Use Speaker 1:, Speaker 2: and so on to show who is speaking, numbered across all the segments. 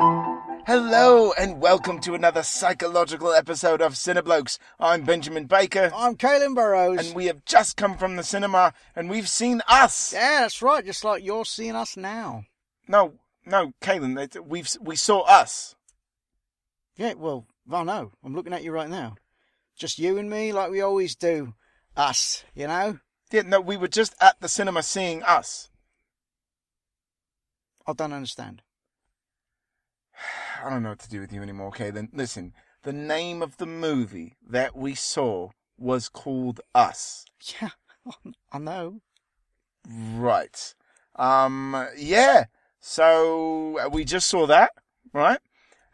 Speaker 1: Hello and welcome to another psychological episode of Cineblokes. I'm Benjamin Baker,
Speaker 2: I'm Caelan Burrows.
Speaker 1: and we have just come from the cinema and we've seen us.
Speaker 2: yeah, that's right. Just like you're seeing us now.
Speaker 1: No, no, Caelan, that- we've we saw us.
Speaker 2: Yeah, well, I know. I'm looking at you right now. Just you and me, like we always do. Us, you know?
Speaker 1: Yeah, no, we were just at the cinema seeing us.
Speaker 2: I don't understand.
Speaker 1: I don't know what to do with you anymore, Caelan. Listen, the name of the movie that we saw was called Us.
Speaker 2: Yeah, I know.
Speaker 1: Right. Um, yeah. So uh, we just saw that, right?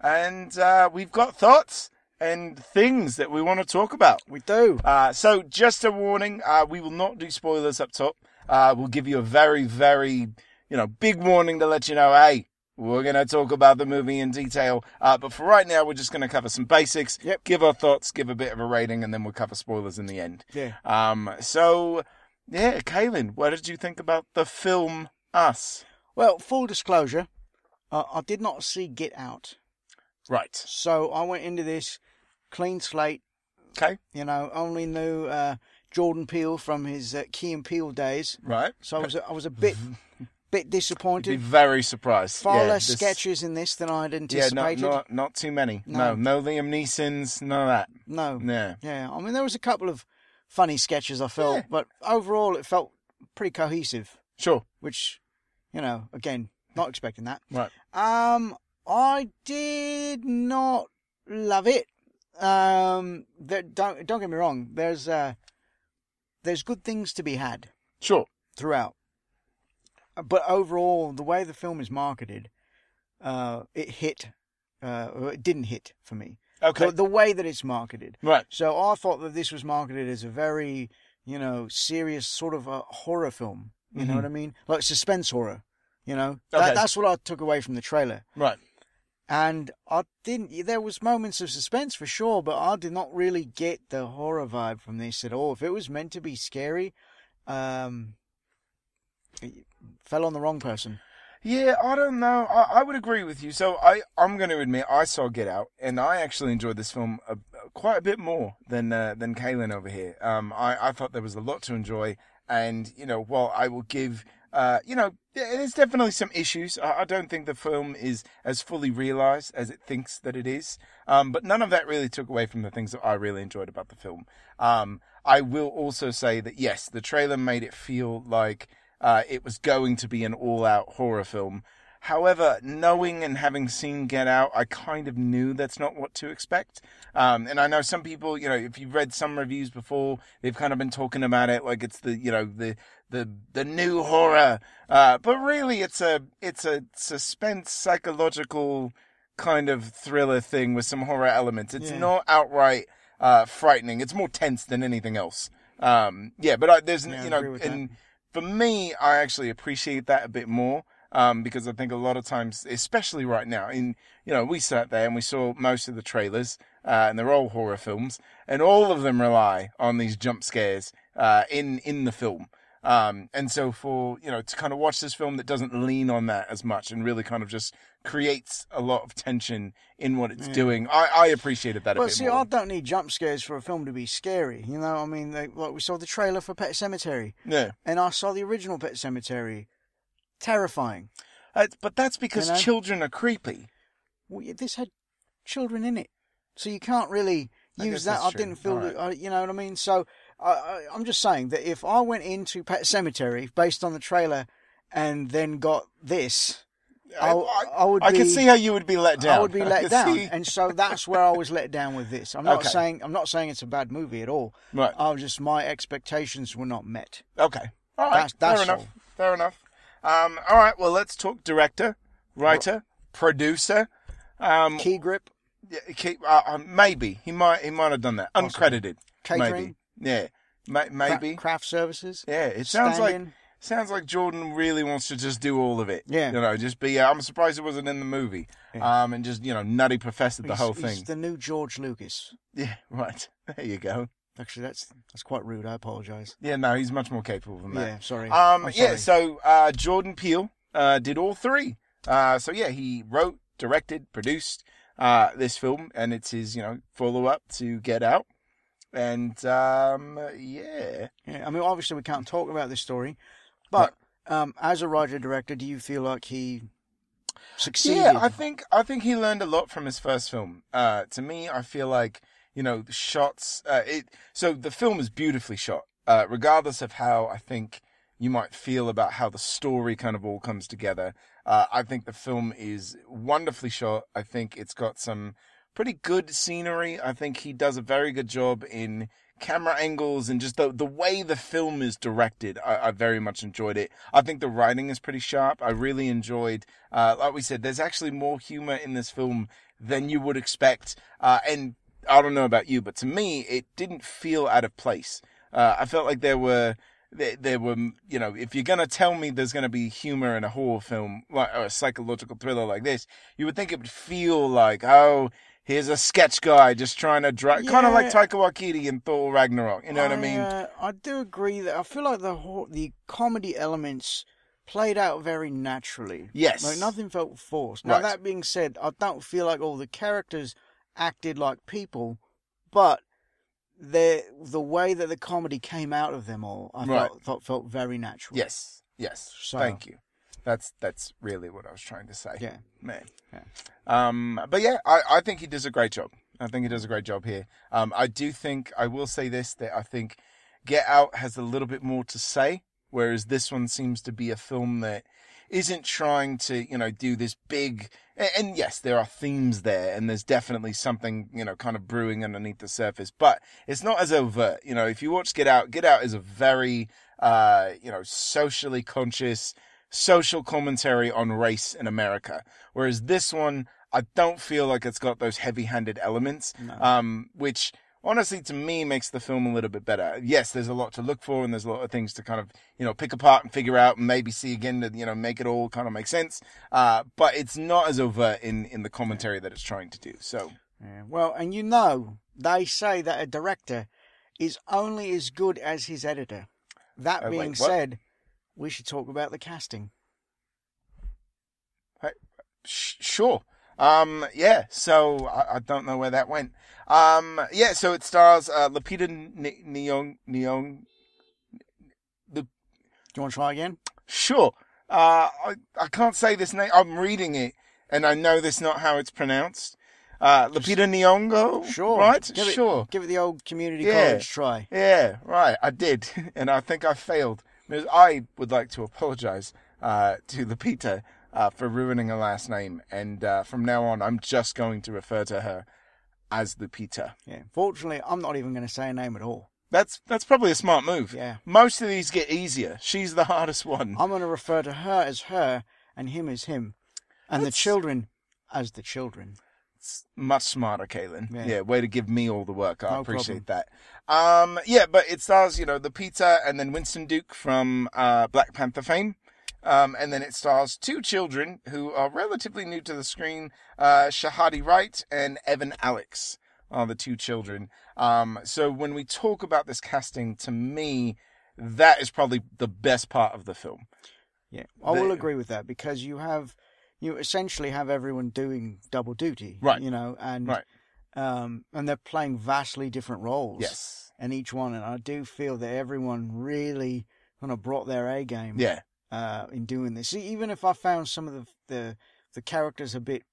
Speaker 1: And uh, we've got thoughts and things that we want to talk about.
Speaker 2: We do.
Speaker 1: Uh, so just a warning, uh, we will not do spoilers up top. Uh, we'll give you a very, very, you know, big warning to let you know, hey, we're going to talk about the movie in detail. Uh, but for right now, we're just going to cover some basics,
Speaker 2: Yep.
Speaker 1: give our thoughts, give a bit of a rating, and then we'll cover spoilers in the end.
Speaker 2: Yeah.
Speaker 1: Um, so, yeah, Kaylin, what did you think about the film Us?
Speaker 2: Well, full disclosure, uh, I did not see Get Out.
Speaker 1: Right.
Speaker 2: So I went into this clean slate,
Speaker 1: Okay.
Speaker 2: you know, only knew uh, Jordan Peele from his uh, Key and Peele days.
Speaker 1: Right.
Speaker 2: So I was, I was a bit bit
Speaker 1: You'd be
Speaker 2: disappointed.
Speaker 1: very surprised.
Speaker 2: Far
Speaker 1: Yeah,
Speaker 2: less
Speaker 1: this-
Speaker 2: sketches in this than I'd
Speaker 1: Yeah,
Speaker 2: anticipated.
Speaker 1: not, not, not too many. No. no, Liam Neeson's, none of
Speaker 2: No.
Speaker 1: that. Yeah.
Speaker 2: Yeah. I mean, there was a couple of funny sketches I felt,
Speaker 1: Yeah.
Speaker 2: but overall it felt pretty cohesive,
Speaker 1: Sure.
Speaker 2: which, you know, again, not expecting that.
Speaker 1: Right.
Speaker 2: Um, I did not love it. Um, there, don't don't get me wrong. There's uh, there's good things to be had
Speaker 1: Sure.
Speaker 2: throughout, but overall, the way the film is marketed, uh, it hit. Uh, or it didn't hit for me.
Speaker 1: Okay.
Speaker 2: The, the way that it's marketed.
Speaker 1: right.
Speaker 2: So I thought that this was marketed as a very, you know, serious sort of a horror film. You know
Speaker 1: Mhm.
Speaker 2: what I mean? Like suspense horror. You know,
Speaker 1: Okay.
Speaker 2: that, that's what I took away from the trailer.
Speaker 1: Right.
Speaker 2: And I didn't. There was moments of suspense for sure, but I did not really get the horror vibe from this at all. If it was meant to be scary, um, it fell on the wrong person.
Speaker 1: Yeah, I don't know. I, I would agree with you. So I, I'm going to admit I saw Get Out, and I actually enjoyed this film a, quite a bit more than uh, than Kaylin over here. Um, I, I thought there was a lot to enjoy, and you know, while I will give, uh, you know, there- there's definitely some issues. I, I don't think the film is as fully realized as it thinks that it is. Um, but none of that really took away from the things that I really enjoyed about the film. Um, I will also say that yes, the trailer made it feel like uh, it was going to be an all out horror film. However, knowing and having seen Get Out, I kind of knew that's not what to expect. Um, and I know some people, you know, if you've read some reviews before, they've kind of been talking about it like it's the, you know, the the the new horror. Uh, but really, it's a it's a suspense psychological kind of thriller thing with some horror elements. It's
Speaker 2: Yeah.
Speaker 1: not outright uh, frightening. It's more tense than anything else. Um, yeah, but I, there's
Speaker 2: Yeah, I
Speaker 1: you know,
Speaker 2: agree with
Speaker 1: and for me, I actually appreciate that a bit more. Um, because I think a lot of times, especially right now, in you know, we sat there and we saw most of the trailers, uh, and they're all horror films, and all of them rely on these jump scares uh, in in the film. Um, and so for you know to kind of watch this film that doesn't lean on that as much and really kind of just creates a lot of tension in what it's
Speaker 2: Yeah.
Speaker 1: doing, I, I appreciated that a
Speaker 2: Well,
Speaker 1: bit
Speaker 2: see,
Speaker 1: more.
Speaker 2: I don't need jump scares for a film to be scary. You know, I mean, they, like we saw the trailer for Pet Cemetery,
Speaker 1: Yeah,
Speaker 2: and I saw the original Pet Cemetery. Terrifying.
Speaker 1: Uh, but that's because
Speaker 2: You know?
Speaker 1: children are creepy.
Speaker 2: Well, yeah, this had children in it, so you can't really
Speaker 1: I guess
Speaker 2: use that.
Speaker 1: that's
Speaker 2: I
Speaker 1: true.
Speaker 2: didn't feel,
Speaker 1: All
Speaker 2: that, I, you know what I mean. So I, I, I'm just saying that if I went into Pet Cemetery based on the trailer and then got this, I, I, would.
Speaker 1: I
Speaker 2: be,
Speaker 1: can see how you would be let down.
Speaker 2: I would be
Speaker 1: can
Speaker 2: let down,
Speaker 1: see-
Speaker 2: and so that's where I was let down with this. I'm not
Speaker 1: Okay.
Speaker 2: saying I'm not saying it's a bad movie at all.
Speaker 1: Right.
Speaker 2: I was just my expectations were not met.
Speaker 1: Okay. All right.
Speaker 2: That's- that's
Speaker 1: Fair enough.
Speaker 2: all.
Speaker 1: Fair enough. Um, all right. Well, let's talk director, writer, producer. Um,
Speaker 2: Key grip,
Speaker 1: yeah, keep, uh, uh, maybe he might he might have done that uncredited.
Speaker 2: Catering?
Speaker 1: Maybe. Yeah. Ma-
Speaker 2: cra-
Speaker 1: maybe.
Speaker 2: craft services.
Speaker 1: yeah. It sounds like
Speaker 2: stand-in.
Speaker 1: sounds like Jordan really wants to just do all of it.
Speaker 2: Yeah.
Speaker 1: You know, just be. uh, I'm surprised it wasn't in the movie. Um, and just you know, nutty professor the
Speaker 2: He's-
Speaker 1: whole
Speaker 2: he's
Speaker 1: thing.
Speaker 2: the new George Lucas.
Speaker 1: Yeah. Right. There you go.
Speaker 2: Actually, that's that's quite rude. I apologize.
Speaker 1: Yeah. No, he's much more capable than that.
Speaker 2: Yeah, sorry.
Speaker 1: Um,
Speaker 2: I'm
Speaker 1: yeah, so
Speaker 2: sorry.
Speaker 1: uh, Jordan Peele uh, did all three. Uh, so yeah, he wrote, directed, produced uh, this film, and it's his you know follow up to Get Out. And um, yeah,
Speaker 2: Yeah, I mean, obviously, we can't talk about this story, but um, as a writer director, do you feel like he succeeded?
Speaker 1: yeah, I think I think he learned a lot from his first film. Uh, to me, I feel like you know the shots. Uh, it so the film is beautifully shot, uh, regardless of how I think you might feel about how the story kind of all comes together. Uh, I think the film is wonderfully shot. I think it's got some pretty good scenery. I think he does a very good job in camera angles and just the the way the film is directed. I, I very much enjoyed it. I think the writing is pretty sharp. I really enjoyed, uh, like we said, there's actually more humor in this film than you would expect. Uh, and I don't know about you, but to me, it didn't feel out of place. Uh, I felt like there were there, there were, you know, if you're going to tell me there's going to be humor in a horror film like, or a psychological thriller like this, you would think it would feel like, oh, here's a sketch guy just trying to drive, kind of like
Speaker 2: Yeah.
Speaker 1: Taika Waititi in Thor Ragnarok. You know what I mean?
Speaker 2: uh, I do agree that I feel like the whole, the comedy elements played out very naturally.
Speaker 1: yes.
Speaker 2: Like nothing felt forced. Now
Speaker 1: Right.
Speaker 2: that being said, I don't feel like all the characters acted like people, but the the way that the comedy came out of them all, I
Speaker 1: Right.
Speaker 2: felt, thought felt very natural.
Speaker 1: Yes. Yes.
Speaker 2: So-
Speaker 1: Thank you. That's that's really what I was trying to say.
Speaker 2: Yeah.
Speaker 1: Man.
Speaker 2: Yeah.
Speaker 1: Um but yeah, I, I think he does a great job. I think he does a great job here. Um I do think I will say this that I think Get Out has a little bit more to say, whereas this one seems to be a film that isn't trying to, you know, do this big a- and yes, there are themes there and there's definitely something, you know, kind of brewing underneath the surface, but it's not as overt. You know, if you watch Get Out, Get Out is a very uh, you know, socially conscious social commentary on race in America. Whereas this one, I don't feel like it's got those heavy handed elements,
Speaker 2: No.
Speaker 1: um, which honestly to me makes the film a little bit better. Yes, there's a lot to look for and there's a lot of things to kind of, you know, pick apart and figure out and maybe see again to, you know, make it all kind of make sense. Uh, but it's not as overt in, in the commentary that it's trying to do. So,
Speaker 2: Yeah, well, and you know, they say that a director is only as good as his editor. That
Speaker 1: Oh, wait,
Speaker 2: being
Speaker 1: what?
Speaker 2: said, we should talk about the casting.
Speaker 1: Sh- sure. Um, yeah, so I, I don't know where that went. Um, yeah, so it stars uh, Lupita N- Nyong, Nyong.
Speaker 2: Do you want to try again?
Speaker 1: Sure. Uh, I, I can't say this name. I'm reading it, and I know that's not how it's pronounced. Uh, Lupita Nyong'o?
Speaker 2: Sure.
Speaker 1: Right?
Speaker 2: Give it-
Speaker 1: sure.
Speaker 2: Give it the old community
Speaker 1: Yeah.
Speaker 2: college try.
Speaker 1: Yeah, right. I did, and I think I failed. Because I would like to apologise uh, to Lupita uh, for ruining her last name, and uh, from now on, I'm just going to refer to her as Lupita.
Speaker 2: Yeah. Fortunately, I'm not even going to say a name at all.
Speaker 1: That's that's probably a smart move.
Speaker 2: Yeah.
Speaker 1: Most of these get easier. She's the hardest one.
Speaker 2: I'm going to refer to her as her and him as him, and
Speaker 1: That's-
Speaker 2: the children as the children.
Speaker 1: It's much smarter, Caitlin. Yeah.
Speaker 2: Yeah.
Speaker 1: way to give me all the work. I
Speaker 2: No
Speaker 1: appreciate that. Um, yeah, but it stars you know the Peter and then Winston Duke from uh, Black Panther fame. Um, and then it stars two children who are relatively new to the screen. Uh, Shahadi Wright and Evan Alex are the two children. Um, so when we talk about this casting, to me, that is probably the best part of the film.
Speaker 2: Yeah. I
Speaker 1: The-
Speaker 2: will agree with that because you have, you essentially have everyone doing double duty.
Speaker 1: Right.
Speaker 2: You know, and
Speaker 1: Right.
Speaker 2: um, and they're playing vastly different roles.
Speaker 1: Yes.
Speaker 2: in each one, and I do feel that everyone really kind of brought their A game.
Speaker 1: Yeah.
Speaker 2: Uh, in doing this, See, even if I found some of the the, the characters a bit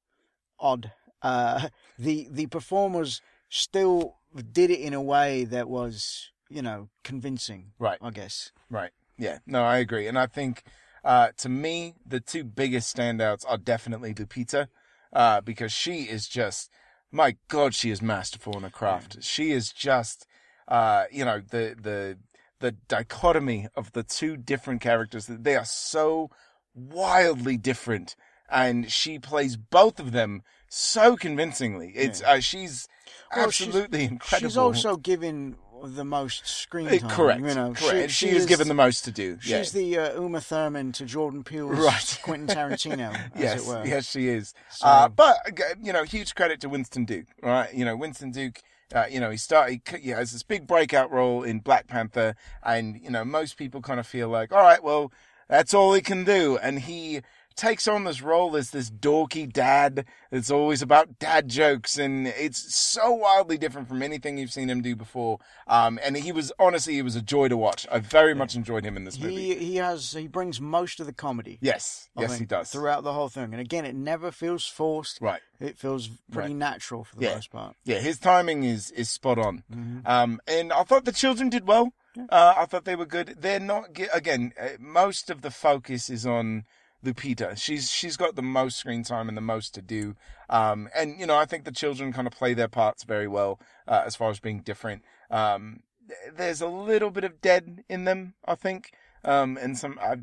Speaker 2: odd, uh, the the performers still did it in a way that was you know convincing.
Speaker 1: Right.
Speaker 2: I guess.
Speaker 1: Right. Yeah. No, I agree. And I think, uh, to me, the two biggest standouts are definitely Lupita, uh, because she is just, my God, she is masterful in her craft. She is just, uh, you know, the, the, the dichotomy of the two different characters that they are so wildly different. And she plays both of them so convincingly. It's, uh, she's
Speaker 2: Well, she's-
Speaker 1: absolutely incredible.
Speaker 2: She's also given the most screen
Speaker 1: Eh,
Speaker 2: time.
Speaker 1: correct.
Speaker 2: You know,
Speaker 1: correct. And She, is given the most to do.
Speaker 2: She's
Speaker 1: yeah.
Speaker 2: the uh, Uma Thurman to Jordan Peele's
Speaker 1: Right.
Speaker 2: Quentin Tarantino, as
Speaker 1: yes,
Speaker 2: it were.
Speaker 1: yes, she is.
Speaker 2: So-
Speaker 1: Uh, but uh, you know, huge credit to Winston Duke, right? You know, Winston Duke. Uh, you know, he started. He has this big breakout role in Black Panther, and you know, most people kind of feel like, all right, well, that's all he can do, and he takes on this role as this dorky dad that's always about dad jokes and it's so wildly different from anything you've seen him do before um and he was honestly he was a joy to watch i very much enjoyed him in this movie
Speaker 2: He he has he brings most of the comedy.
Speaker 1: yes
Speaker 2: I
Speaker 1: yes
Speaker 2: think,
Speaker 1: he does
Speaker 2: throughout the whole thing, and again, it never feels forced.
Speaker 1: right
Speaker 2: It feels pretty
Speaker 1: Right.
Speaker 2: natural for the
Speaker 1: Yeah.
Speaker 2: most part.
Speaker 1: Yeah, his timing is is spot on.
Speaker 2: Mhm.
Speaker 1: Um, and I thought the children did well. Uh, I thought they were good. They're not ge- again. Uh, most of the focus is on Lupita. She's she's got the most screen time and the most to do. Um, and you know I think the children kind of play their parts very well uh, as far as being different. Um, th- there's a little bit of dead in them, I think. Um, and some I.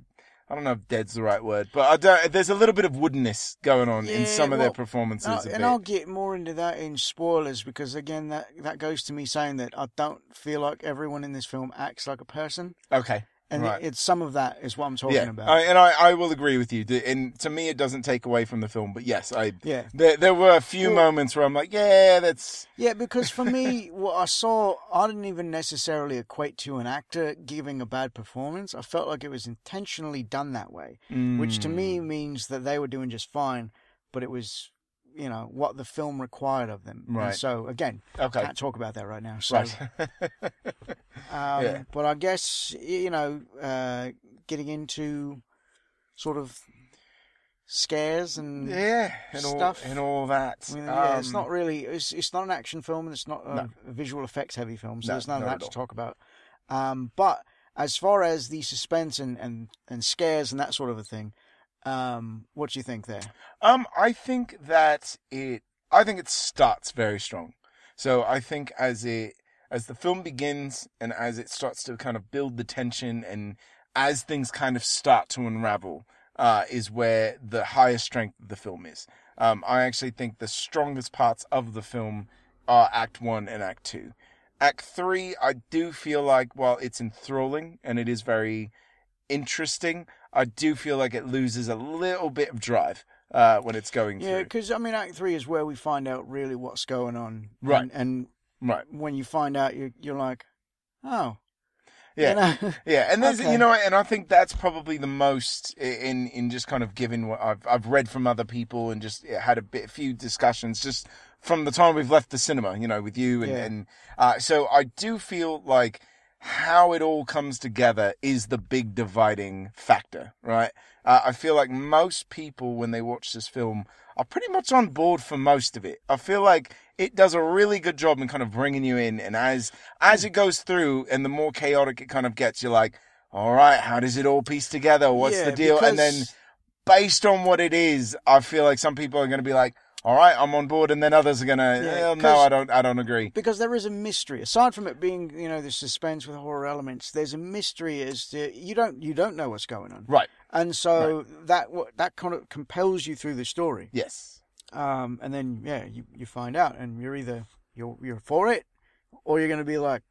Speaker 1: I don't know if "dead's" the right word, but I don't, there's a little bit of woodenness going on in
Speaker 2: Yeah,
Speaker 1: some of their
Speaker 2: well, uh,
Speaker 1: performances.
Speaker 2: And, I,
Speaker 1: a bit.
Speaker 2: and I'll get more into that in spoilers because again, that that goes to me saying that I don't feel like everyone in this film acts like a person,
Speaker 1: okay,
Speaker 2: and
Speaker 1: Right.
Speaker 2: it's some of that is what I'm talking about.
Speaker 1: I, and I, I will agree with you. The- And to me, it doesn't take away from the film. But yes, I
Speaker 2: yeah,
Speaker 1: there, there were a few
Speaker 2: Well-
Speaker 1: moments where I'm like, yeah, that's
Speaker 2: Yeah, because for me, what I saw, I didn't even necessarily equate to an actor giving a bad performance. I felt like it was intentionally done that way, which to me
Speaker 1: Hmm.
Speaker 2: means that they were doing just fine, but it was, you know, what the film required of them. And
Speaker 1: Right.
Speaker 2: so again,
Speaker 1: mm, okay,
Speaker 2: can't talk about that right now. So,
Speaker 1: right,
Speaker 2: um,
Speaker 1: Yeah.
Speaker 2: but I guess y- you know, uh, getting into sort of scares and.
Speaker 1: yeah, and all
Speaker 2: Stuff.
Speaker 1: and all that.
Speaker 2: I mean, yeah, it's
Speaker 1: Um,
Speaker 2: not really. It's it's not an action film, and it's not a
Speaker 1: No.
Speaker 2: visual effects heavy film, so
Speaker 1: No,
Speaker 2: there's none of
Speaker 1: not at
Speaker 2: that to
Speaker 1: all.
Speaker 2: talk about. Um, but as far as the suspense and, and, and scares and that sort of a thing, um, what do you think there?
Speaker 1: Um, I think that it. I think it starts very strong. So I think as it as the film begins and as it starts to kind of build the tension and as things kind of start to unravel, uh, is where the highest strength of the film is. Um, I actually think the strongest parts of the film are Act One and Act Two. Act Three, I do feel like while it's enthralling and it is very interesting, I do feel like it loses a little bit of drive uh, when it's going
Speaker 2: Yeah,
Speaker 1: through.
Speaker 2: because I mean, Act Three is where we find out really what's going on,
Speaker 1: Right.
Speaker 2: And, and
Speaker 1: Right.
Speaker 2: when you find out, you you're like, oh, You
Speaker 1: Yeah.
Speaker 2: know?
Speaker 1: Yeah, and there's
Speaker 2: Okay.
Speaker 1: you know, and I think that's probably the most i- in in just kind of given what I've I've read from other people and just yeah, had a bit few discussions just from the time we've left the cinema, you know, with you and
Speaker 2: Yeah.
Speaker 1: and uh, so I do feel like how it all comes together is the big dividing factor, right? Uh, I feel like most people when they watch this film are pretty much on board for most of it. I feel like it does a really good job in kind of bringing you in, and as as it goes through, and the more chaotic it kind of gets, you're like, all right, how does it all piece together? What's
Speaker 2: Yeah,
Speaker 1: the deal? And then
Speaker 2: because-
Speaker 1: based on what it is, I feel like some people are going to be like, all right, I'm on board, and then others are going to,
Speaker 2: Yeah,
Speaker 1: no,
Speaker 2: 'cause-
Speaker 1: I don't, I don't agree.
Speaker 2: because there is a mystery aside from it being you know the suspense with horror elements there's a mystery as to you don't you don't know what's going on
Speaker 1: Right?
Speaker 2: and so that what that kind of compels you through the story
Speaker 1: Yes.
Speaker 2: um and then yeah you, you find out and you're either you're you're for it or you're going to be like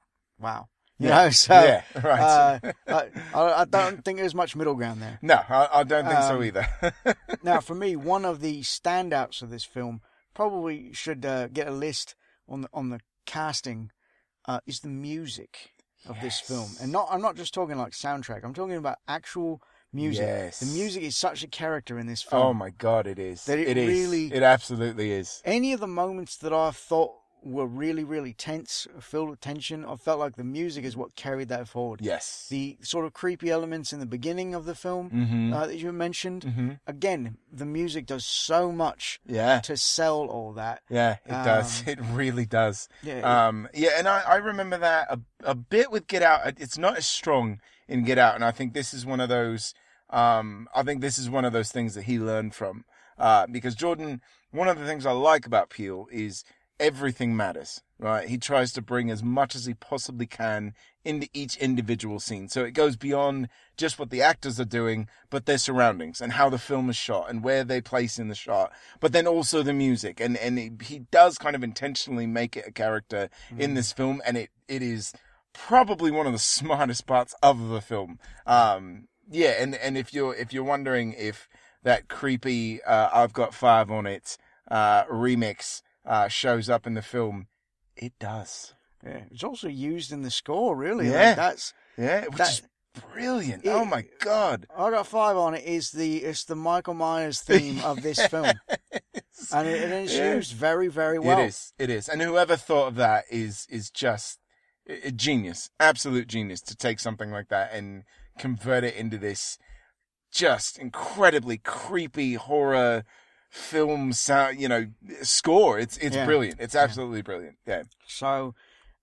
Speaker 2: wow you
Speaker 1: Yeah.
Speaker 2: know so
Speaker 1: yeah. Right.
Speaker 2: uh, I, I I don't think there's much middle ground there
Speaker 1: no, I, I don't think so
Speaker 2: um,
Speaker 1: either.
Speaker 2: now, for me, one of the standouts of this film probably should uh, get a list on the on the casting uh, is the music of
Speaker 1: Yes.
Speaker 2: this film, and not I'm not just talking like soundtrack. I'm talking about actual music.
Speaker 1: Yes.
Speaker 2: The music is such a character in this film.
Speaker 1: oh my god, it is.
Speaker 2: That it
Speaker 1: it is.
Speaker 2: really-
Speaker 1: It absolutely is.
Speaker 2: Any of the moments that I thought were really really tense, filled with tension, I felt like the music is what carried that forward.
Speaker 1: Yes.
Speaker 2: The sort of creepy elements in the beginning of the film
Speaker 1: mm-hmm.
Speaker 2: uh, that you mentioned.
Speaker 1: mm-hmm.
Speaker 2: Again, the music does so much
Speaker 1: Yeah.
Speaker 2: to sell all that.
Speaker 1: Yeah, it does.
Speaker 2: Um,
Speaker 1: It really does.
Speaker 2: Yeah.
Speaker 1: Um, yeah, and I, I remember that a, a bit with Get Out. It's not as strong in Get Out, and I think this is one of those. Um, I think this is one of those things that he learned from. Uh, because Jordan, one of the things I like about Peel is everything matters, right? He tries to bring as much as he possibly can into each individual scene. So it goes beyond just what the actors are doing, but their surroundings and how the film is shot and where they place in the shot, but then also the music.
Speaker 2: Mm.
Speaker 1: And, and he- he does kind of intentionally make it a character in this film and it, it is probably one of the smartest parts of the film. Um, yeah, and and if you're if you're wondering if that creepy uh, "I've got five on it" uh, remix uh, shows up in the film, it does.
Speaker 2: Yeah. It's also used in the score, really.
Speaker 1: Yeah.
Speaker 2: Like that's
Speaker 1: Yeah, which
Speaker 2: That-
Speaker 1: is brilliant.
Speaker 2: It-
Speaker 1: oh my god!
Speaker 2: I got five on it. Is the it's the Michael Myers theme of this film, and it, and it's
Speaker 1: Yeah.
Speaker 2: used very very well.
Speaker 1: It is. It is. And whoever thought of that is is just a a genius, absolute genius, to take something like that and convert it into this just incredibly creepy horror film sound. You know, score. It's it's
Speaker 2: Yeah.
Speaker 1: brilliant. It's absolutely brilliant. Yeah,
Speaker 2: So,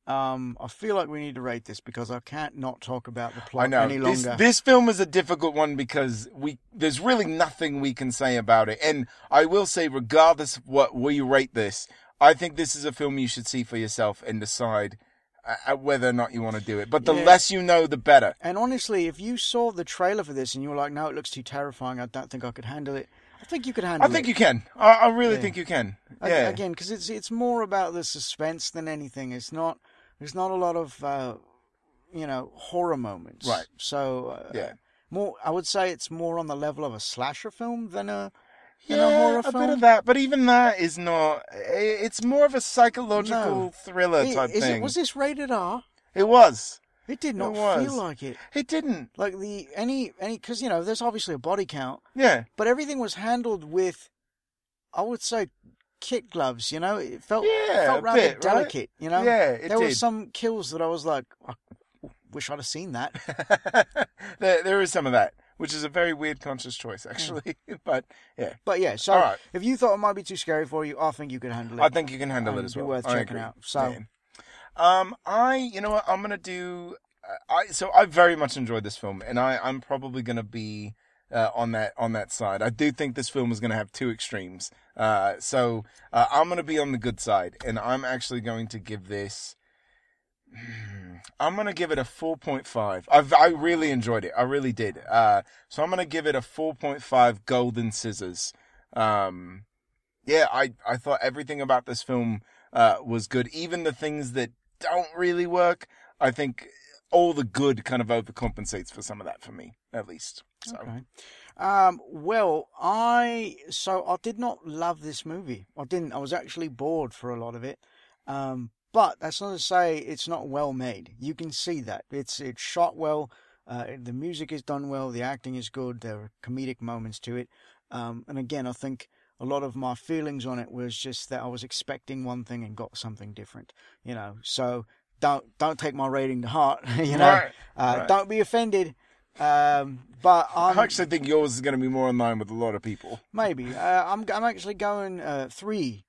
Speaker 2: um, I feel like we need to rate this because I can't not talk about the plot
Speaker 1: I know.
Speaker 2: any
Speaker 1: This
Speaker 2: longer.
Speaker 1: this film is a difficult one because we there's really nothing we can say about it. And I will say, regardless of what we rate this. I think this is a film you should see for yourself and decide uh, whether or not you want to do it. But the
Speaker 2: Yeah.
Speaker 1: less you know, the better.
Speaker 2: And honestly, if you saw the trailer for this and you were like, "No, it looks too terrifying. I don't think I could handle it," I think you could handle
Speaker 1: I
Speaker 2: it.
Speaker 1: think you can. I, I really
Speaker 2: Yeah.
Speaker 1: think you can.
Speaker 2: A-
Speaker 1: Yeah.
Speaker 2: Again, because it's it's more about the suspense than anything. It's not. There's not a lot of uh, you know horror moments.
Speaker 1: Right.
Speaker 2: So uh,
Speaker 1: Yeah.
Speaker 2: more. I would say it's more on the level of a slasher film than a than
Speaker 1: yeah,
Speaker 2: a horror
Speaker 1: a
Speaker 2: film.
Speaker 1: bit of that, but even that is not. i- It's more of a psychological
Speaker 2: No.
Speaker 1: thriller
Speaker 2: I-
Speaker 1: type
Speaker 2: is
Speaker 1: thing.
Speaker 2: It, was this rated R?
Speaker 1: It was.
Speaker 2: It did not
Speaker 1: was.
Speaker 2: feel like it.
Speaker 1: It didn't.
Speaker 2: Like the any any because you know there's obviously a body count,
Speaker 1: Yeah.
Speaker 2: but everything was handled with, I would say, kit gloves. You know, it felt
Speaker 1: Yeah,
Speaker 2: felt
Speaker 1: a
Speaker 2: rather
Speaker 1: bit, right?
Speaker 2: delicate. You know,
Speaker 1: Yeah, it
Speaker 2: there were
Speaker 1: did.
Speaker 2: some kills that I was like, I wish I'd have seen that.
Speaker 1: there, there is some of that, which is a very weird conscious choice,
Speaker 2: Hmm.
Speaker 1: actually. but yeah,
Speaker 2: But yeah, so
Speaker 1: All right.
Speaker 2: if you thought it might be too scary for you, I think you could handle it.
Speaker 1: I think you can handle
Speaker 2: Um,
Speaker 1: it as
Speaker 2: be
Speaker 1: well.
Speaker 2: worth
Speaker 1: I
Speaker 2: checking
Speaker 1: agree.
Speaker 2: out. So-
Speaker 1: Yeah. um, I, you know what, I'm gonna do. uh, I so I very much enjoyed this film, and I I'm probably gonna be. Uh, on that on that side, I do think this film is going to have two extremes. Uh, so uh, I'm going to be on the good side, and I'm actually going to give this. hmm, I'm going to give it a 4.5. I've, I really enjoyed it. I really did. Uh, so I'm going to give it a 4.5 golden scissors. Um, yeah, I, I thought everything about this film, uh, was good. Even the things that don't really work, I think all the good kind of overcompensates for some of that for me, at least. So,
Speaker 2: Okay. Um, well, I so I did not love this movie. I didn't. I was actually bored for a lot of it. Um, but that's not to say it's not well made. You can see that it's it's shot well. Uh, the music is done well. The acting is good. There are comedic moments to it. Um, and again, I think a lot of my feelings on it was just that I was expecting one thing and got something different. You know, so don't don't take my rating to heart. You know,
Speaker 1: Right,
Speaker 2: uh,
Speaker 1: right.
Speaker 2: don't be offended. Um, but I'm
Speaker 1: I actually think yours is going to be more in line with a lot of people.
Speaker 2: Maybe. Uh, I'm I'm actually going uh, three.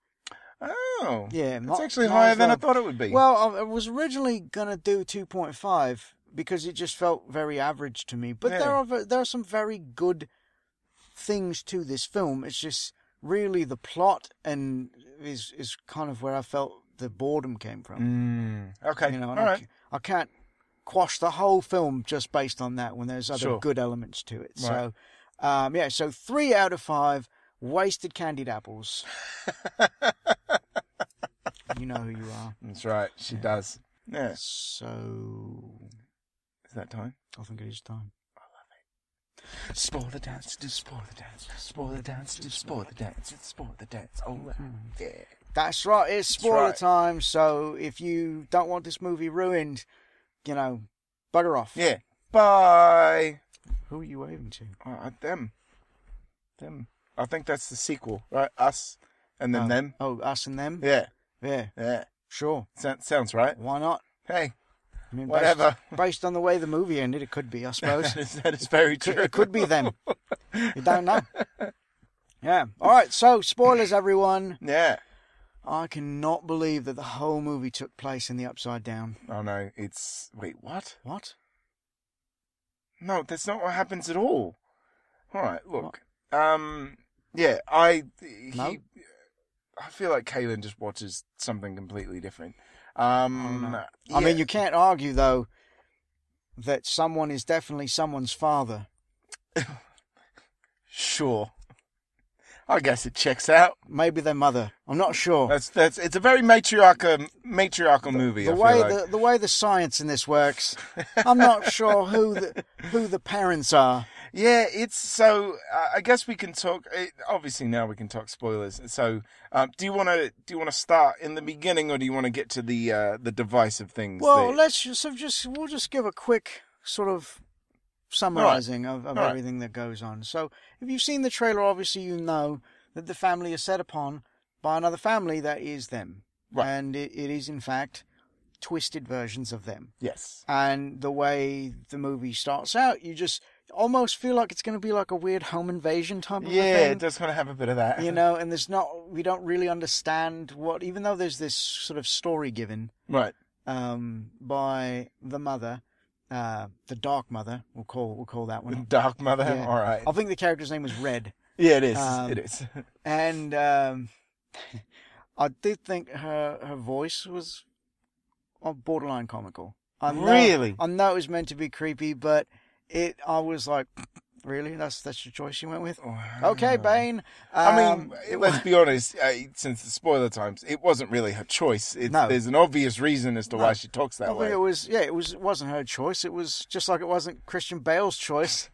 Speaker 1: Oh,
Speaker 2: Yeah,
Speaker 1: That's
Speaker 2: not-
Speaker 1: actually
Speaker 2: not
Speaker 1: higher
Speaker 2: as
Speaker 1: than I
Speaker 2: well.
Speaker 1: thought it would be.
Speaker 2: Well, I I was originally gonna do two point five because it just felt very average to me. But there
Speaker 1: Yeah.
Speaker 2: are ve- there are some very good things to this film. It's just really the plot and is is kind of where I felt the boredom came from.
Speaker 1: Mm, okay.
Speaker 2: You know,
Speaker 1: all
Speaker 2: and I,
Speaker 1: right.
Speaker 2: c- I can't quash the whole film just based on that when there's other
Speaker 1: Sure.
Speaker 2: good elements to it.
Speaker 1: Right.
Speaker 2: So, um, yeah, so three out of five wasted candied apples. you know who you are.
Speaker 1: That's right. She does. Yeah. Is
Speaker 2: So,
Speaker 1: that time?
Speaker 2: I think it is time.
Speaker 1: Spoil the dance, do spoil the dance, spoil the dance, do spoil the dance, spoil the dance. Oh, yeah.
Speaker 2: That's right, it's spoiler
Speaker 1: right.
Speaker 2: time. So, if you don't want this movie ruined, you know, bugger off.
Speaker 1: Yeah. Bye.
Speaker 2: Who are you waving to?
Speaker 1: Uh, uh, them. Them. I think that's the sequel, right? Us and then
Speaker 2: oh,
Speaker 1: them.
Speaker 2: Oh, us and them?
Speaker 1: Yeah.
Speaker 2: Yeah,
Speaker 1: Yeah.
Speaker 2: sure.
Speaker 1: So- sounds right.
Speaker 2: Why not?
Speaker 1: Hey,
Speaker 2: I mean,
Speaker 1: Whatever.
Speaker 2: Based, based on the way the movie ended, it could be, I suppose.
Speaker 1: that is, that is very true.
Speaker 2: it could be them. You don't know. Yeah. All right. So, spoilers, everyone.
Speaker 1: Yeah.
Speaker 2: I cannot believe that the whole movie took place in the Upside Down.
Speaker 1: Oh, no. It's. Wait, what?
Speaker 2: What?
Speaker 1: No, that's not what happens at all. All right, look. Um, yeah, I he,
Speaker 2: No?
Speaker 1: I feel like Kaylin just watches something completely different. Um,
Speaker 2: I mean,
Speaker 1: yeah,
Speaker 2: you can't argue though that someone is definitely someone's father.
Speaker 1: sure. I guess it checks out.
Speaker 2: Maybe their mother. I'm not sure.
Speaker 1: That's that's. It's a very matriarchal matriarchal movie.
Speaker 2: Oh. the
Speaker 1: I feel
Speaker 2: way
Speaker 1: like.
Speaker 2: the, the way the science in this works, I'm not sure who the who the parents are.
Speaker 1: Yeah, it's so. Uh, I guess we can talk. It, obviously, now we can talk spoilers. So, um, do you want to do you want to start in the beginning, or do you want to get to the uh, the device of things?
Speaker 2: Well,
Speaker 1: that-
Speaker 2: let's just, so just we'll just give a quick sort of summarizing of, of
Speaker 1: All right.
Speaker 2: everything that goes on. So, if you've seen the trailer, obviously you know that the family is set upon by another family that is them,
Speaker 1: Right.
Speaker 2: and it, it is in fact twisted versions of them.
Speaker 1: yes,
Speaker 2: And the way the movie starts out, you just almost feel like it's going to be like a weird home invasion type of a
Speaker 1: yeah,
Speaker 2: thing
Speaker 1: it does kind of have a bit of that.
Speaker 2: you know and there's not we don't really understand what even though there's this sort of story given
Speaker 1: right?
Speaker 2: um by the mother uh the dark mother we'll call we'll call that one
Speaker 1: Dark Mother.
Speaker 2: Yeah.
Speaker 1: All right.
Speaker 2: i think the character's name was red
Speaker 1: Yeah, it is.
Speaker 2: Um,
Speaker 1: it is.
Speaker 2: and um i did think her her voice was uh, borderline comical I know,
Speaker 1: Really?
Speaker 2: i know it was meant to be creepy but it i was like really that's that's the choice you went with okay bane
Speaker 1: Oh. I
Speaker 2: Um,
Speaker 1: mean, let's be honest. Uh, since the spoiler times, it wasn't really her choice. It's,
Speaker 2: No.
Speaker 1: There's an obvious reason as to why
Speaker 2: No.
Speaker 1: she talks that
Speaker 2: I think
Speaker 1: way.
Speaker 2: it was yeah, it was it wasn't her choice. It was just like it wasn't Christian Bale's choice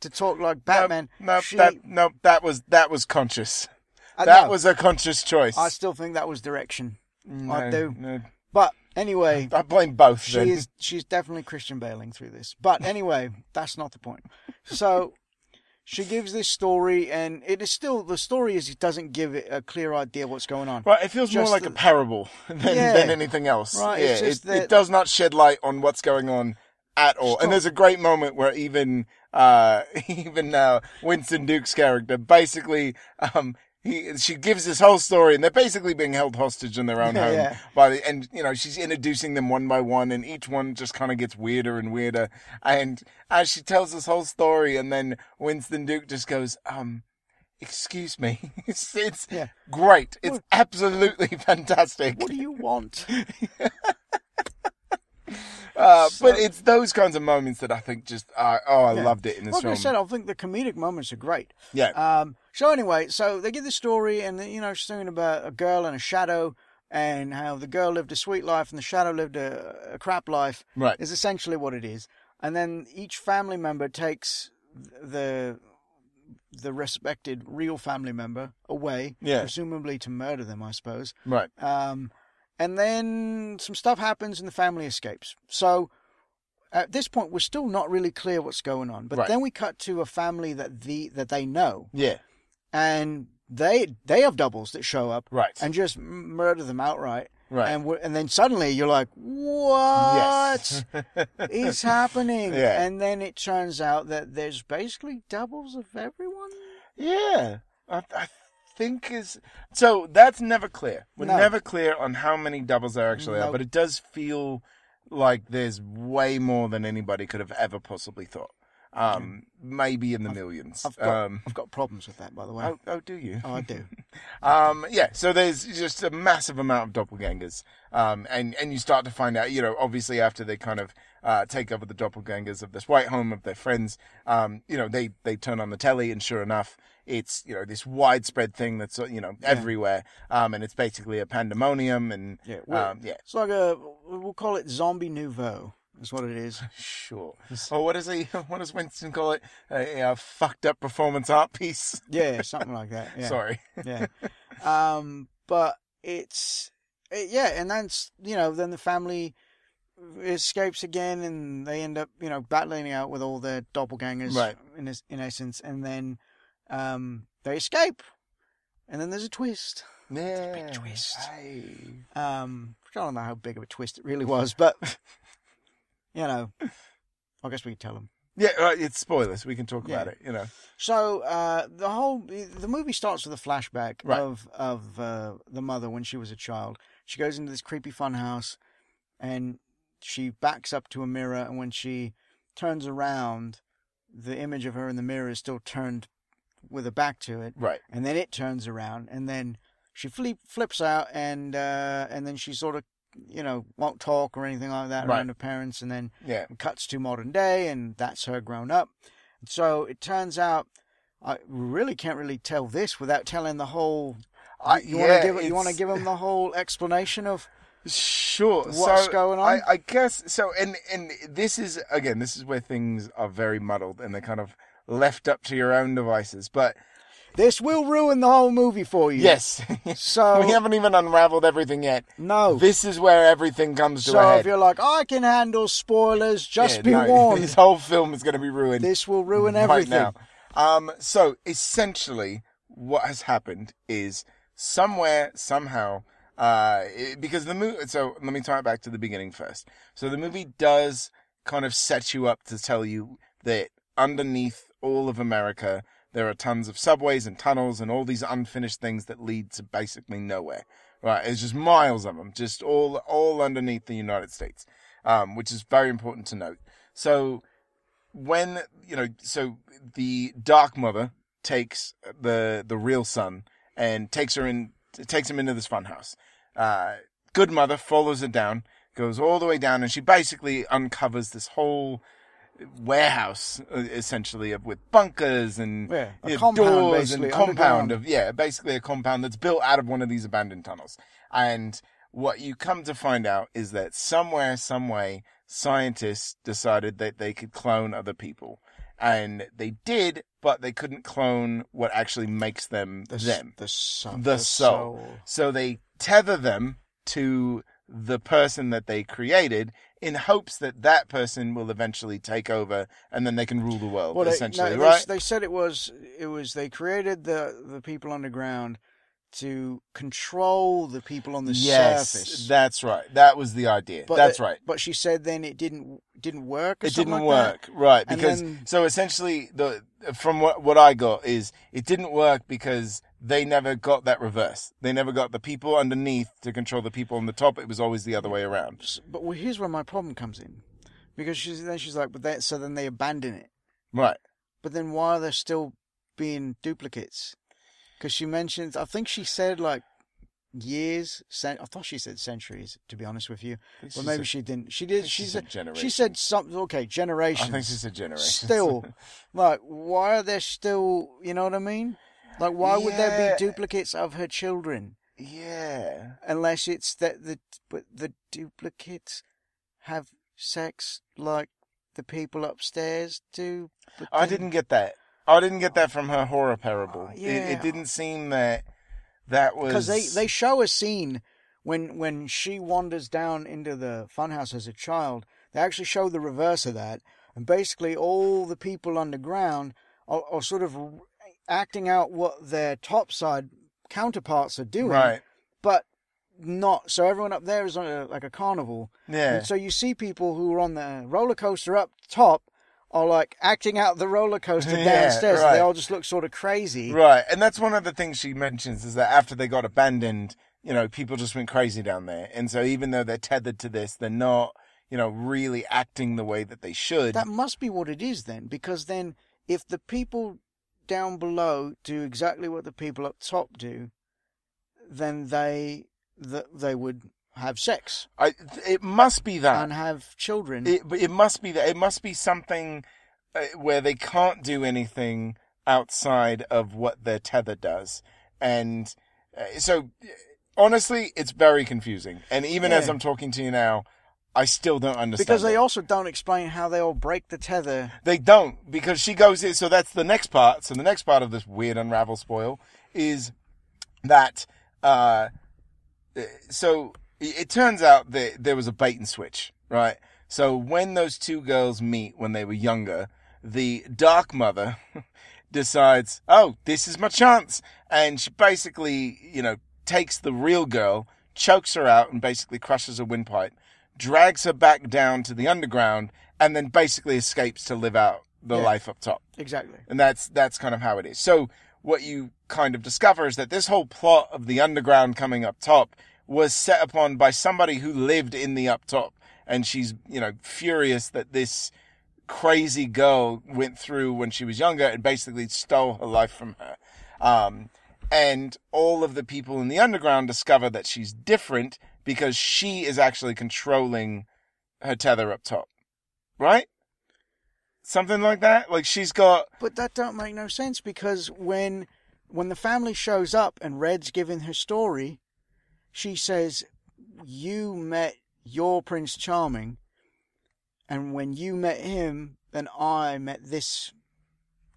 Speaker 2: to talk like Batman.
Speaker 1: No,
Speaker 2: She-
Speaker 1: that no, that was that was conscious.
Speaker 2: I-
Speaker 1: that
Speaker 2: no,
Speaker 1: was a conscious choice.
Speaker 2: I still think that was direction.
Speaker 1: No,
Speaker 2: I do.
Speaker 1: no.
Speaker 2: But anyway,
Speaker 1: I blame both.
Speaker 2: she
Speaker 1: then.
Speaker 2: is she's definitely Christian Baling through this. But anyway, that's not the point. So she gives this story, and it is still the story is it doesn't give it a clear idea what's going on.
Speaker 1: Right, it feels more
Speaker 2: just
Speaker 1: like
Speaker 2: the-
Speaker 1: a parable than,
Speaker 2: Yeah.
Speaker 1: than anything else.
Speaker 2: Right,
Speaker 1: yeah,
Speaker 2: it's just
Speaker 1: it, it
Speaker 2: that-
Speaker 1: does not shed light on what's going on at all. And there's a great moment where even uh, even uh, Winston Duke's character basically um, he she gives this whole story, and they're basically being held hostage in their own home.
Speaker 2: Yeah.
Speaker 1: By the, and you know she's introducing them one by one, and each one just kind of gets weirder and weirder. And as she tells this whole story, and then Winston Duke just goes, um. Excuse me. It's, it's
Speaker 2: Yeah.
Speaker 1: great. It's absolutely fantastic.
Speaker 2: What do you want?
Speaker 1: Uh,
Speaker 2: So-
Speaker 1: but it's those kinds of moments that I think just uh, oh, I
Speaker 2: Yeah.
Speaker 1: loved it in this
Speaker 2: Like I
Speaker 1: film.
Speaker 2: said, I think the comedic moments are great.
Speaker 1: yeah,
Speaker 2: Um, so anyway, so they give the story, and you know, she's talking about a girl and a shadow, and how the girl lived a sweet life and the shadow lived a, a crap life
Speaker 1: right.
Speaker 2: is essentially what it is. And then each family member takes the the respected real family member away,
Speaker 1: Yeah.
Speaker 2: presumably to murder them, I suppose.
Speaker 1: Right.
Speaker 2: Um, and then some stuff happens and the family escapes. So at this point, we're still not really clear what's going on. But
Speaker 1: Right.
Speaker 2: then we cut to a family that the that they know,
Speaker 1: Yeah.
Speaker 2: and they they have doubles that show up
Speaker 1: Right.
Speaker 2: and just m- murder them outright.
Speaker 1: right.
Speaker 2: And we and then suddenly you're like, what
Speaker 1: yes.
Speaker 2: is happening?
Speaker 1: Yeah.
Speaker 2: And then it turns out that there's basically doubles of everyone.
Speaker 1: yeah. I, I think is so that's never clear. We're
Speaker 2: No.
Speaker 1: never clear on how many doubles there actually are,
Speaker 2: No.
Speaker 1: but it does feel like there's way more than anybody could have ever possibly thought. Um, maybe in the millions.
Speaker 2: Mm. I've got
Speaker 1: um,
Speaker 2: I've got problems with that, by the way.
Speaker 1: oh, oh, do you?
Speaker 2: oh I do.
Speaker 1: Um, yeah, so there's just a massive amount of doppelgangers. Um, and, and you start to find out, you know, obviously after they kind of, uh, take over the doppelgangers of this white home of their friends, um, you know, they, they turn on the telly and sure enough, it's, you know, this widespread thing that's, uh, you know, everywhere. Um, and it's basically a pandemonium and,
Speaker 2: Yeah, well-
Speaker 1: um, yeah,
Speaker 2: It's like a we'll call it zombie nouveau. Is what it is.
Speaker 1: sure. Or what does he, what does Winston call it? A, a fucked up performance art piece.
Speaker 2: Yeah, something like that. Yeah.
Speaker 1: Sorry.
Speaker 2: Yeah. Um, but it's it, yeah, and that's you know then the family escapes again, and they end up you know battling it out with all their doppelgangers
Speaker 1: Right.
Speaker 2: in es- in essence, and then um they escape, and then there's a twist.
Speaker 1: Yeah.
Speaker 2: twist.
Speaker 1: Aye.
Speaker 2: Um, I don't know how big of a twist it really was, but you know, I guess we could tell them.
Speaker 1: Yeah, uh, it's spoilers. We can talk
Speaker 2: Yeah.
Speaker 1: about it, you know.
Speaker 2: So uh, the whole the movie starts with a flashback
Speaker 1: Right.
Speaker 2: of of uh, the mother when she was a child. She goes into this creepy funhouse, and she backs up to a mirror. And when she turns around, the image of her in the mirror is still turned with her back to it.
Speaker 1: Right.
Speaker 2: And then it turns around, and then she flip, flips out, and uh, and then she sort of you know won't talk or anything like that
Speaker 1: Right.
Speaker 2: around her parents. And then
Speaker 1: Yeah.
Speaker 2: cuts to modern day, and that's her grown up. So it turns out, I really can't really tell this without telling the whole.
Speaker 1: I-
Speaker 2: you
Speaker 1: yeah,
Speaker 2: want to give it- you want to
Speaker 1: it's-
Speaker 2: give them the whole explanation of
Speaker 1: Sure.
Speaker 2: What's
Speaker 1: so
Speaker 2: going on?
Speaker 1: I, I guess so. And and this is again, this is where things are very muddled and they're kind of left up to your own devices. But
Speaker 2: this will ruin the whole movie for you.
Speaker 1: yes,
Speaker 2: So
Speaker 1: we haven't even unraveled everything yet.
Speaker 2: no.
Speaker 1: This is where everything comes to
Speaker 2: so
Speaker 1: a
Speaker 2: if
Speaker 1: head.
Speaker 2: you're like, I can handle spoilers, just
Speaker 1: Yeah,
Speaker 2: be
Speaker 1: no,
Speaker 2: warned,
Speaker 1: This whole film is going to be ruined.
Speaker 2: this will ruin
Speaker 1: right
Speaker 2: everything.
Speaker 1: now. Um, so essentially, what has happened is somewhere, somehow, uh, it- because the movie. So let me tie it back to the beginning first. So the movie does kind of set you up to tell you that underneath all of America, there are tons of subways and tunnels and all these unfinished things that lead to basically nowhere. Right, it's just miles of them, just all all underneath the United States, um, which is very important to note. So when you know so the dark mother takes the the real son and takes her in takes him into this funhouse uh good mother follows her down goes all the way down and she basically uncovers this whole warehouse uh, essentially of with bunkers and
Speaker 2: Yeah, a
Speaker 1: yeah,
Speaker 2: compound,
Speaker 1: doors
Speaker 2: basically,
Speaker 1: and compound
Speaker 2: underground.
Speaker 1: of yeah basically a compound that's built out of one of these abandoned tunnels and what you come to find out is that somewhere some way scientists decided that they could clone other people and they did but they couldn't clone what actually makes them
Speaker 2: The, s-
Speaker 1: them
Speaker 2: the soul.
Speaker 1: the soul. so they tether them to the person that they created in hopes that that person will eventually take over and then they can rule the world
Speaker 2: Well, they,
Speaker 1: essentially
Speaker 2: no, they
Speaker 1: right
Speaker 2: s- they said it was it was they created the the people underground to control the people on the
Speaker 1: yes
Speaker 2: surface.
Speaker 1: that's right that was the idea
Speaker 2: But
Speaker 1: that's
Speaker 2: the-
Speaker 1: right
Speaker 2: But she said then it didn't didn't work. Or
Speaker 1: it
Speaker 2: something
Speaker 1: didn't
Speaker 2: like that?
Speaker 1: work right
Speaker 2: And
Speaker 1: because
Speaker 2: then-
Speaker 1: so essentially the from what what i got is it didn't work because they never got that reverse they never got the people underneath to control the people on the top it was always the other way around
Speaker 2: S- But well, here's where my problem comes in, because she's then she's like, but that so then they abandon it.
Speaker 1: right
Speaker 2: But then why are there still being duplicates? Because she mentions, I think she said like years. Cent- I thought she said centuries. To be honest with you,
Speaker 1: This
Speaker 2: well
Speaker 1: is
Speaker 2: maybe
Speaker 1: a-
Speaker 2: she didn't. She did.
Speaker 1: she
Speaker 2: She
Speaker 1: said
Speaker 2: said. She
Speaker 1: generation.
Speaker 2: said something. Okay, generations.
Speaker 1: i think she's a generation
Speaker 2: Still, like, why are there still? You know what I mean? Like, why would there
Speaker 1: Yeah.
Speaker 2: be duplicates of her children?
Speaker 1: yeah
Speaker 2: unless it's that the but the duplicates have sex like the people upstairs do. But
Speaker 1: I
Speaker 2: then-
Speaker 1: didn't get that. I didn't get that from her horror parable.
Speaker 2: Uh,
Speaker 1: it,
Speaker 2: yeah.
Speaker 1: it didn't seem that that was
Speaker 2: because they they show a scene when when she wanders down into the funhouse as a child. They actually show the reverse of that, and basically all the people underground are, are sort of acting out what their topside counterparts are doing,
Speaker 1: right.
Speaker 2: but not so everyone up there is on a, like a carnival
Speaker 1: Yeah.
Speaker 2: And so you see people who are on the roller coaster up top are like acting out the roller coaster
Speaker 1: Yeah,
Speaker 2: downstairs. and They
Speaker 1: right.
Speaker 2: all just look sort of crazy.
Speaker 1: Right. And that's one of the things she mentions is that after they got abandoned, you know, people just went crazy down there. And so even though they're tethered to this, they're not, you know, really acting the way that they should.
Speaker 2: That must be what it is then, because then if the people down below do exactly what the people up top do, then they th- they would have sex
Speaker 1: I, it must be that.
Speaker 2: and have children.
Speaker 1: Ah. It, but it must be that. It must be something uh, where they can't do anything outside of what their tether does. And uh, so, uh, honestly, it's very confusing. And even as
Speaker 2: Yeah.
Speaker 1: I'm talking to you now, I still don't understand.
Speaker 2: because they
Speaker 1: it.
Speaker 2: also don't explain how they all break the tether.
Speaker 1: They don't because she goes in. So that's the next part. So the next part of this weird unravel spoil is that. Uh, so it it turns out that there was a bait and switch, right? So when those two girls meet when they were younger, the dark mother decides, "Oh, this is my chance," and she basically, you know, takes the real girl, chokes her out, and basically crushes her windpipe, drags her back down to the underground, and then basically escapes to live out the
Speaker 2: Yeah.
Speaker 1: life up top
Speaker 2: Exactly.
Speaker 1: and that's that's kind of how it is. So what you kind of discover is that this whole plot of the underground coming up top was set upon by somebody who lived in the up top, and she's you know furious that this crazy girl went through when she was younger and basically stole her life from her. Um, and all of the people in the underground discover that she's different because she is actually controlling her tether up top, right? something like that. Like she's got
Speaker 2: But that don't make no sense because when when the family shows up and Red's giving her story, she says, "You met your Prince Charming, and when you met him, then I met this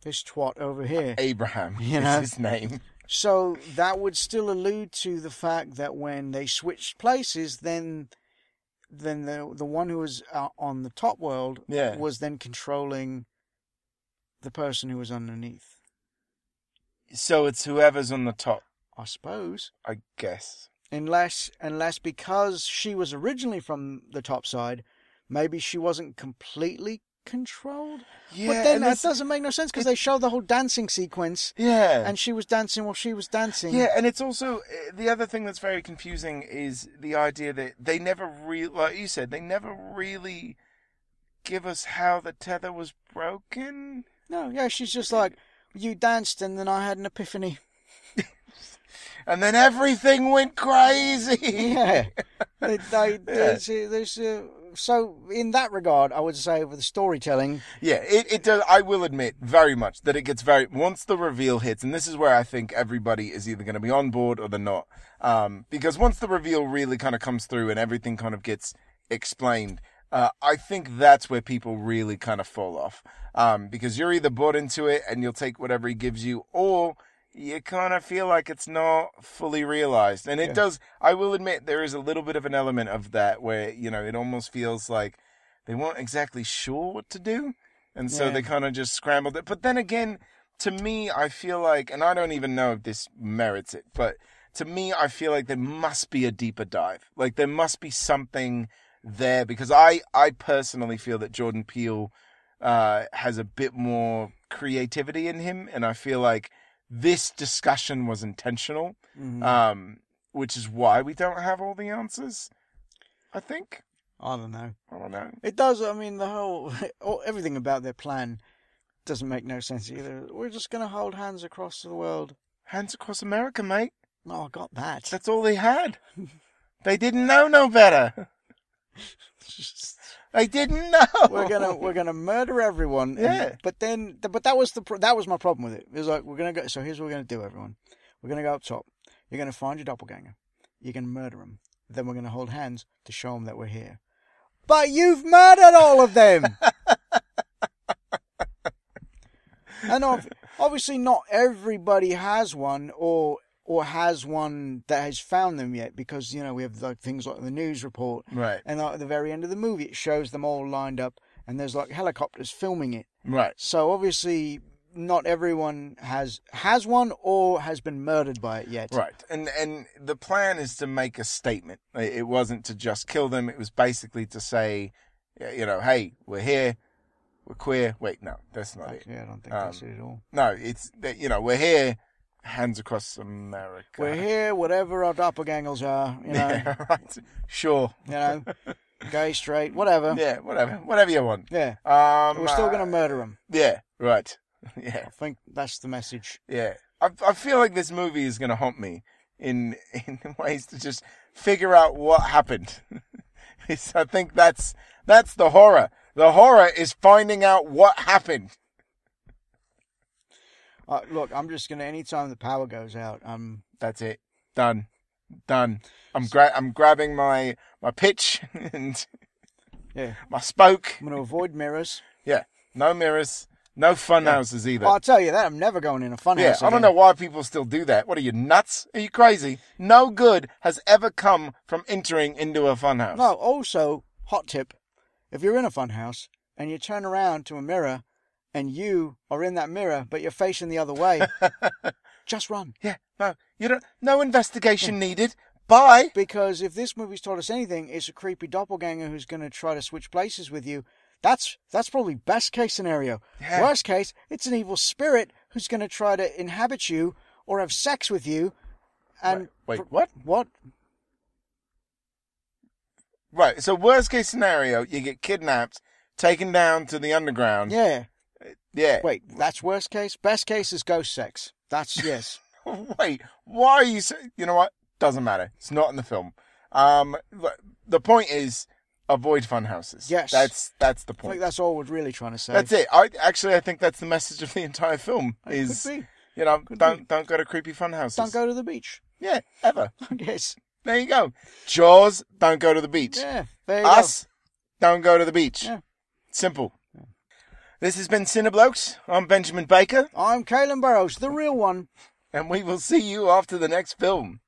Speaker 2: this twat over here."
Speaker 1: Abraham.
Speaker 2: You
Speaker 1: is
Speaker 2: know?
Speaker 1: his name.
Speaker 2: So that would still allude to the fact that when they switched places, then then the the one who was uh, on the top world
Speaker 1: Yeah.
Speaker 2: was then controlling the person who was underneath.
Speaker 1: So it's whoever's on the top,
Speaker 2: I suppose,
Speaker 1: I guess.
Speaker 2: unless unless because she was originally from the top side, maybe she wasn't completely controlled.
Speaker 1: Yeah,
Speaker 2: but then
Speaker 1: and
Speaker 2: that
Speaker 1: it's-
Speaker 2: doesn't make no sense because they show the whole dancing sequence,
Speaker 1: yeah,
Speaker 2: and she was dancing while she was dancing.
Speaker 1: Yeah, and it's also uh, the other thing that's very confusing is the idea that they never really, like you said, they never really give us how the tether was broken.
Speaker 2: No, yeah, she's just like, you danced and then I had an epiphany.
Speaker 1: And then everything went crazy.
Speaker 2: Yeah. They- they- there's, uh, there's, uh, so, in that regard, I would say with the storytelling,
Speaker 1: Yeah, it, it does. I will admit very much that it gets very, once the reveal hits, and this is where I think everybody is either going to be on board or they're not. Um, because once the reveal really kind of comes through and everything kind of gets explained, uh, I think that's where people really kind of fall off. Um, because you're either bought into it and you'll take whatever he gives you or you kind of feel like it's not fully realized. And it
Speaker 2: Yeah.
Speaker 1: does, I will admit there is a little bit of an element of that where, you know, it almost feels like they weren't exactly sure what to do. And so
Speaker 2: Yeah.
Speaker 1: they kind of just scrambled it. But then again, to me, I feel like, and I don't even know if this merits it, but to me, I feel like there must be a deeper dive. Like there must be something there because I, I personally feel that Jordan Peele uh, has a bit more creativity in him. And I feel like this discussion was intentional,
Speaker 2: mhm,
Speaker 1: um, which is why we don't have all the answers. I think.
Speaker 2: I don't know.
Speaker 1: I don't know.
Speaker 2: It does, I mean, the whole, all, everything about their plan doesn't make no sense either. We're just going to hold hands across the world.
Speaker 1: Hands across America, mate.
Speaker 2: No, I got that.
Speaker 1: That's all they had. They didn't know no better. They didn't know.
Speaker 2: we're gonna we're gonna murder everyone. and-
Speaker 1: Yeah.
Speaker 2: but then, but that was the pro- that was my problem with it. It was like we're gonna go. So here's what we're gonna do, everyone. We're gonna go up top. You're gonna find your doppelganger. You're gonna murder him. Then we're gonna hold hands to show them that we're here. But you've murdered all of them. and ob- obviously, not everybody has one, or or has one that has found them yet, because you know we have like things like the news report
Speaker 1: Right,
Speaker 2: and like, at the very end of the movie, it shows them all lined up, and there's like helicopters filming it.
Speaker 1: right.
Speaker 2: So obviously, not everyone has has one or has been murdered by it yet.
Speaker 1: Right, and and the plan is to make a statement. It it wasn't to just kill them. It was basically to say, y- you know, hey, we're here, we're queer. Wait, no, that's not it.
Speaker 2: Actually, I don't think
Speaker 1: Um,
Speaker 2: that's it at all.
Speaker 1: No, it's that you know, we're here, hands across America.
Speaker 2: We're here, whatever our doppelgangers are, you know,
Speaker 1: Yeah, right. Sure.
Speaker 2: you know, gay, straight, whatever. Yeah,
Speaker 1: Yeah, whatever, whatever you want.
Speaker 2: And
Speaker 1: Um,
Speaker 2: we're still
Speaker 1: uh,
Speaker 2: gonna murder them.
Speaker 1: Yeah, right. Yeah.
Speaker 2: I think that's the message.
Speaker 1: Yeah, I I feel like this movie is gonna haunt me in in ways to just figure out what happened. It's- I think that's that's the horror. The horror is finding out what happened.
Speaker 2: Uh, look, I'm just gonna. Anytime the power goes out, um, I'm
Speaker 1: That's it. Done. Done. I'm gra- I'm grabbing my my pitch and
Speaker 2: yeah,
Speaker 1: my spoke.
Speaker 2: I'm gonna avoid mirrors.
Speaker 1: Yeah. No mirrors. No fun houses either.
Speaker 2: Well, I'll tell you that. I'm never going in a funhouse.
Speaker 1: yeah, I
Speaker 2: again.
Speaker 1: don't know why people still do that. What are you nuts? Are you crazy? No good has ever come from entering into a funhouse.
Speaker 2: No, also, hot tip if you're in a funhouse and you turn around to a mirror and you are in that mirror but you're facing the other way, just run.
Speaker 1: Yeah, no, you don't. No
Speaker 2: Hmm.
Speaker 1: investigation needed. Bye.
Speaker 2: Because if this movie's taught us anything, it's a creepy doppelganger who's going to try to switch places with you. That's that's probably best case scenario.
Speaker 1: Yeah.
Speaker 2: Worst case, it's an evil spirit who's going to try to inhabit you or have sex with you. And
Speaker 1: Wait, what?
Speaker 2: what?
Speaker 1: Right. So worst case scenario, you get kidnapped, taken down to the underground.
Speaker 2: Yeah.
Speaker 1: Yeah.
Speaker 2: Wait, that's worst case. Best case is ghost sex. That's yes.
Speaker 1: Wait. Why are you? So, you know what? Doesn't matter. It's not in the film. Um. look, The point is, avoid fun houses.
Speaker 2: Yes.
Speaker 1: that's that's the
Speaker 2: I think
Speaker 1: point.
Speaker 2: that's all we're really trying to say.
Speaker 1: That's it. I actually I think that's the message of the entire film
Speaker 2: It
Speaker 1: is
Speaker 2: could be.
Speaker 1: you know
Speaker 2: Could
Speaker 1: don't
Speaker 2: be.
Speaker 1: don't go to creepy fun houses.
Speaker 2: Don't go to the beach.
Speaker 1: Yeah, ever.
Speaker 2: I guess.
Speaker 1: There you go. Jaws don't go to the beach.
Speaker 2: Yeah. There you go.
Speaker 1: Us don't go to the beach.
Speaker 2: Yeah.
Speaker 1: Simple. This has been Cineblokes. I'm Benjamin Baker,
Speaker 2: I'm Caelan Burrows, the real one.
Speaker 1: and we will see you after the next film.